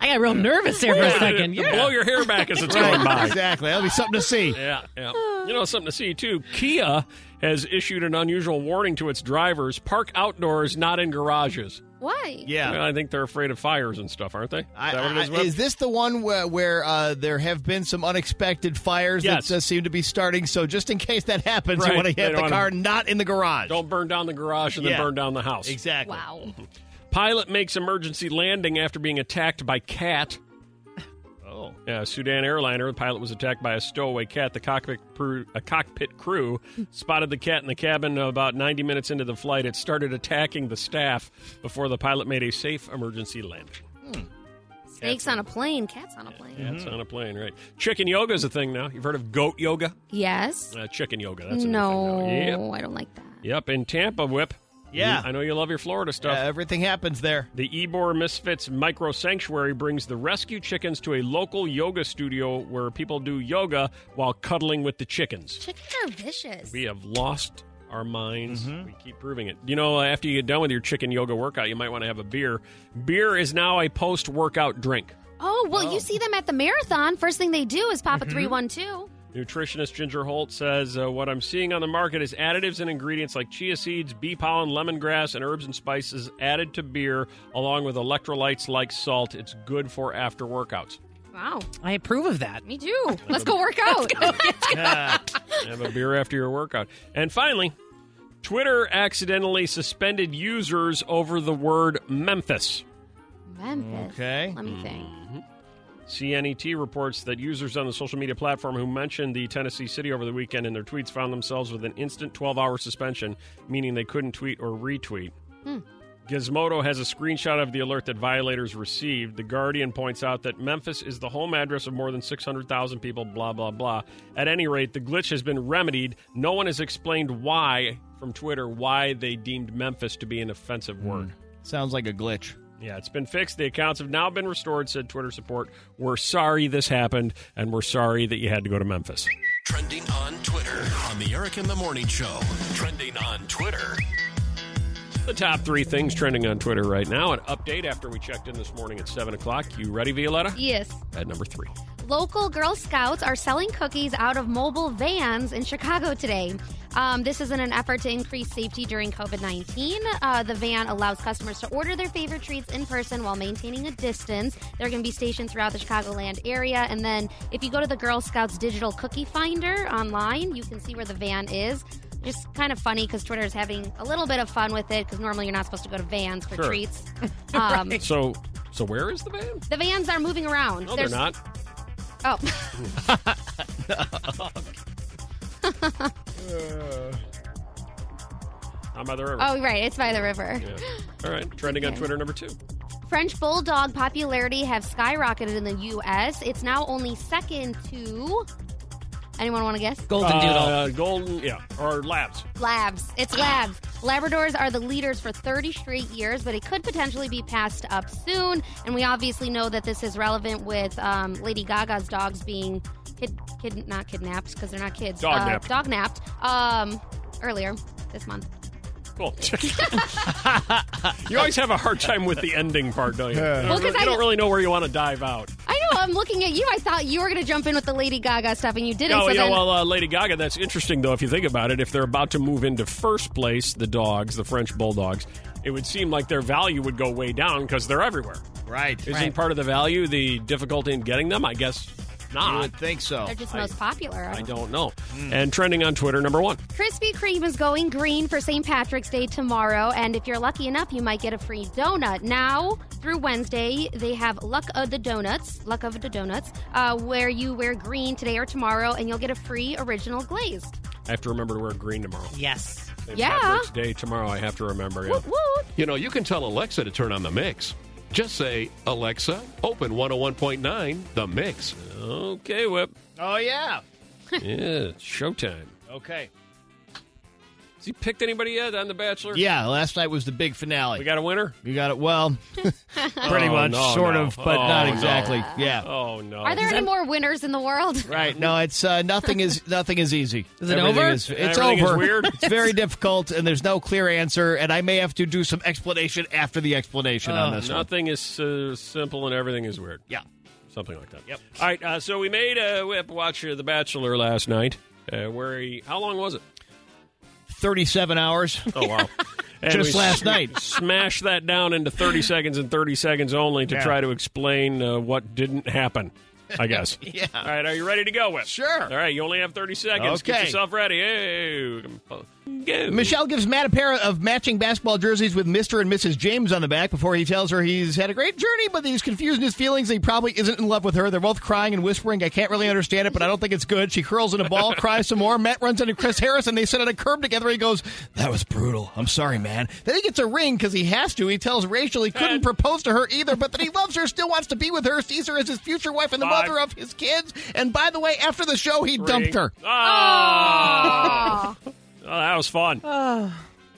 Speaker 4: I got real nervous there for a
Speaker 2: Yeah.
Speaker 4: second.
Speaker 2: It'll
Speaker 4: Yeah.
Speaker 2: Blow your hair back as it's
Speaker 3: Right,
Speaker 2: going by.
Speaker 3: Exactly. That'll be something to see.
Speaker 2: Yeah, yeah. You know something to see too. Kia has issued an unusual warning to its drivers: park outdoors, not in garages.
Speaker 5: why?
Speaker 2: Well, I think they're afraid of fires and stuff, aren't they? Is
Speaker 3: I-
Speaker 2: that what it is?
Speaker 3: I-
Speaker 2: Webb?
Speaker 3: is this the one where, where uh, there have been some unexpected fires
Speaker 2: Yes.
Speaker 3: that uh, seem to be starting? So just in case that happens,
Speaker 2: Right.
Speaker 3: you want to
Speaker 2: They
Speaker 3: get the
Speaker 2: don't
Speaker 3: car
Speaker 2: wanna-
Speaker 3: not in the garage.
Speaker 2: Don't burn down the garage and
Speaker 3: Yeah.
Speaker 2: then burn down the house.
Speaker 3: Exactly.
Speaker 5: Wow.
Speaker 2: Pilot makes emergency landing after being attacked by cat.
Speaker 3: Oh.
Speaker 2: Yeah, Sudan airliner. The pilot was attacked by a stowaway cat. The cockpit crew, a cockpit crew spotted the cat in the cabin about 90 minutes into the flight. It started attacking the staff before the pilot made a safe emergency landing.
Speaker 5: Snakes on a plane. Cats on a plane.
Speaker 2: Cats
Speaker 3: Mm-hmm.
Speaker 2: on a plane, right? Chicken yoga is a thing now. You've heard of goat yoga?
Speaker 5: Yes.
Speaker 2: Uh, chicken yoga. That's a new
Speaker 5: no,
Speaker 2: thing now. Yep.
Speaker 5: I don't like that.
Speaker 2: Yep. In Tampa, whip.
Speaker 3: Yeah.
Speaker 2: You- I know you love your Florida stuff.
Speaker 3: Yeah, Uh, everything happens there.
Speaker 2: The Ebor Misfits Micro Sanctuary brings the rescue chickens to a local yoga studio where people do yoga while cuddling with the chickens.
Speaker 5: Chickens are vicious.
Speaker 2: We have lost our minds.
Speaker 3: Mm-hmm.
Speaker 2: We keep proving it. You know, after you get done with your chicken yoga workout, you might want to have a beer. Beer is now a post workout drink.
Speaker 5: Oh well, you see them at the marathon. First thing they do is
Speaker 2: Mm-hmm.
Speaker 5: pop a three one two.
Speaker 2: Nutritionist Ginger Holt says uh, what I'm seeing on the market is additives and ingredients like chia seeds, bee pollen, lemongrass, and herbs and spices added to beer, along with electrolytes like salt. It's good for after workouts.
Speaker 5: Wow.
Speaker 4: I approve of that.
Speaker 5: Me too. Let's go work out.
Speaker 2: Have a beer after your workout. And finally, Twitter accidentally suspended users over the word Memphis.
Speaker 5: Memphis.
Speaker 2: Okay. Mm.
Speaker 5: Let me think.
Speaker 2: CNET E reports that users on the social media platform who mentioned the Tennessee city over the weekend in their tweets found themselves with an instant 12 hour suspension, meaning they couldn't tweet or retweet.
Speaker 5: Hmm.
Speaker 2: Gizmodo has a screenshot of the alert that violators received. The Guardian points out that Memphis is the home address of more than 600,000 people, blah, blah, blah. At any rate, the glitch has been remedied. No one has explained why, from Twitter, why they deemed Memphis to be an offensive word.
Speaker 3: Sounds like a glitch.
Speaker 2: Yeah, it's been fixed. The accounts have now been restored, said Twitter support. We're sorry this happened, and we're sorry that you had to go to Memphis.
Speaker 1: Trending on Twitter on the Eric in the Morning Show. Trending on Twitter.
Speaker 2: The top three things trending on Twitter right now. An update after we checked in this morning at 7 o'clock. You ready, Violetta?
Speaker 5: Yes.
Speaker 2: At number three.
Speaker 5: Local Girl Scouts are selling cookies out of mobile vans in Chicago today. Um, this is in an effort to increase safety during COVID 19. Uh, the van allows customers to order their favorite treats in person while maintaining a distance. They're going to be stationed throughout the Chicagoland area. And then if you go to the Girl Scouts digital cookie finder online, you can see where the van is. Just kind of funny because Twitter is having a little bit of fun with it because normally you're not supposed to go to vans for
Speaker 2: Sure.
Speaker 5: treats. Um,
Speaker 2: So, so where is the van?
Speaker 5: The vans are moving around.
Speaker 2: No, they're
Speaker 5: There's-
Speaker 2: not.
Speaker 5: Oh.
Speaker 2: I'm by the river.
Speaker 5: oh, right. It's by the river.
Speaker 2: Yeah. All right. Trending on
Speaker 5: Oh. Okay.
Speaker 2: Twitter number two.
Speaker 5: French bulldog popularity have skyrocketed in the U.S. It's now only second to. Anyone want to guess?
Speaker 2: Uh, golden, yeah, or labs.
Speaker 5: Labs. It's labs. Labradors are the leaders for 30 straight years, but it could potentially be passed up soon. And we obviously know that this is relevant with um, Lady Gaga's dogs being kid, kid not kidnapped because they're not kids.
Speaker 2: Dog-napped.
Speaker 5: Uh, dog napped. Um, earlier this month.
Speaker 2: Cool. you always have a hard time with the ending part, don't you? you
Speaker 5: Well,
Speaker 2: don't,
Speaker 5: 'cause
Speaker 2: you
Speaker 5: I-
Speaker 2: don't really know where you want to dive out.
Speaker 5: I know. I'm looking at you. I thought you were going to jump in with the Lady Gaga stuff, and you didn't.
Speaker 2: No,
Speaker 5: so
Speaker 2: you know,
Speaker 5: then-
Speaker 2: well, uh, Lady Gaga, that's interesting, though, if you think about it. If they're about to move into first place, the dogs, the French bulldogs, it would seem like their value would go way down because they're everywhere.
Speaker 3: Right.
Speaker 2: Isn't
Speaker 3: Right.
Speaker 2: part of the value the difficulty in getting them? I guess not.
Speaker 3: You would think so.
Speaker 5: they're just most popular.
Speaker 2: I don't know.
Speaker 5: Hmm.
Speaker 2: And trending on Twitter, number one.
Speaker 5: Krispy Kreme is going green for St. Patrick's Day tomorrow, and if you're lucky enough, you might get a free donut. Now through Wednesday, they have Luck of the Donuts, Luck of the Donuts, uh, where you wear green today or tomorrow, and you'll get a free original glazed.
Speaker 2: I have to remember to wear green tomorrow.
Speaker 4: Yes.
Speaker 2: St.
Speaker 5: Yeah.
Speaker 2: Patrick's Day tomorrow. I have to remember. Yeah.
Speaker 1: You know, you can tell Alexa to turn on the mix. Just say, Alexa, open 101.9, the mix.
Speaker 2: Okay, Whip.
Speaker 3: Oh, yeah.
Speaker 2: yeah, it's showtime.
Speaker 3: Okay.
Speaker 2: Has he picked anybody yet on The Bachelor?
Speaker 3: Yeah, last night was the big finale. We
Speaker 2: got a winner?
Speaker 3: We got it. Well, pretty
Speaker 2: Oh,
Speaker 3: much,
Speaker 2: no,
Speaker 3: sort
Speaker 2: no.
Speaker 3: of, but
Speaker 2: Oh,
Speaker 3: not
Speaker 2: no.
Speaker 3: exactly. Yeah.
Speaker 2: Oh, no.
Speaker 5: Are there any more winners in the world?
Speaker 3: Right. No, it's uh, nothing is nothing is easy.
Speaker 4: Is it
Speaker 3: Everything
Speaker 4: over?
Speaker 3: is- it's
Speaker 2: Everything is
Speaker 3: over.
Speaker 2: weird?
Speaker 3: It's very difficult, and there's no clear answer. And I may have to do some explanation after the explanation on this one.
Speaker 2: Nothing is uh, simple and everything is weird.
Speaker 3: Yeah.
Speaker 2: Something like that. Yep. All right, uh, so we made a whip watch uh, The Bachelor last night. Uh, where he, how long was it?
Speaker 3: Thirty-seven hours.
Speaker 2: Oh wow! And
Speaker 3: Just
Speaker 2: we
Speaker 3: last
Speaker 2: s-
Speaker 3: night.
Speaker 2: smashed that down into thirty seconds and thirty seconds only to
Speaker 3: Yeah.
Speaker 2: try to explain uh, what didn't happen. I guess.
Speaker 3: Yeah.
Speaker 2: All right, are you ready to go with?
Speaker 3: Sure. All
Speaker 2: right, you only have thirty seconds. Get
Speaker 3: Okay.
Speaker 2: yourself ready. Hey, go.
Speaker 3: Michelle gives Matt a pair of matching basketball jerseys with Mr. and Mrs. James on the back before he tells her he's had a great journey, but he's confused in his feelings. He probably isn't in love with her. They're both crying and whispering. I can't really understand it, but I don't think it's good. She curls in a ball, cries some more. Matt runs into Chris Harris, and they sit on a curb together. He goes, That was brutal. I'm sorry, man. Then he gets a ring because he has to. He tells Rachel he couldn't propose to her either, but that he loves her, still wants to be with her, sees her as his future wife and the
Speaker 2: Five.
Speaker 3: mother of his kids. And by the way, after the show, he dumped her.
Speaker 2: Oh. Oh, that was fun.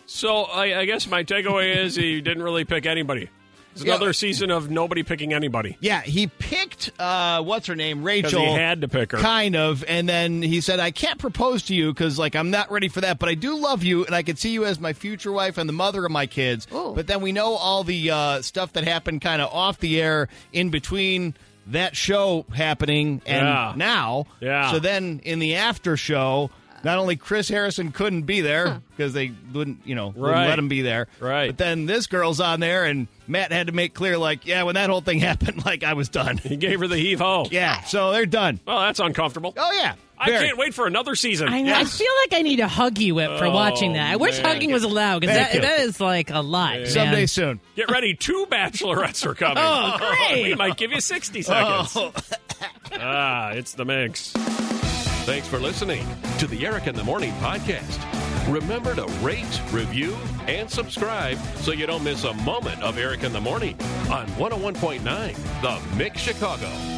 Speaker 2: So I, I guess my takeaway is he didn't really pick anybody. It's
Speaker 3: Yeah.
Speaker 2: another season of nobody picking anybody.
Speaker 3: Yeah, he picked uh, what's her name, Rachel.
Speaker 2: he had to pick her.
Speaker 3: kind of. And then he said, "I can't propose to you because like I'm not ready for that, but I do love you, and I could see you as my future wife and the mother of my kids." But then we know all the uh, stuff that happened kind of off the air in between that show happening and
Speaker 2: Yeah.
Speaker 3: now.
Speaker 2: Yeah.
Speaker 3: So then in the after show. Not only Chris Harrison couldn't be there because they wouldn't, you know,
Speaker 2: Right.
Speaker 3: wouldn't let him be there. Right. But then this girl's on there, and Matt had to make clear, like, yeah, when that whole thing happened, like, I was done. He
Speaker 2: gave her the heave ho.
Speaker 3: Yeah. So they're done.
Speaker 2: Well, that's uncomfortable.
Speaker 3: Oh yeah.
Speaker 2: I
Speaker 3: Very.
Speaker 2: can't wait for another season.
Speaker 4: I, know, I feel like I need a huggy whip for
Speaker 2: Oh,
Speaker 4: watching that. I wish
Speaker 2: man.
Speaker 4: hugging was allowed because
Speaker 2: Thank
Speaker 4: that,
Speaker 2: you.
Speaker 4: that is like a lot. man.
Speaker 3: Someday soon.
Speaker 2: Get ready, two bachelorettes are coming.
Speaker 4: Oh, great. Oh.
Speaker 2: We might give you 60 seconds. ah, it's the mix.
Speaker 1: Thanks for listening to the Eric in the Morning podcast. Remember to rate, review, and subscribe so oh you don't miss a moment of Eric in the Morning on 101.9 The Mix Chicago.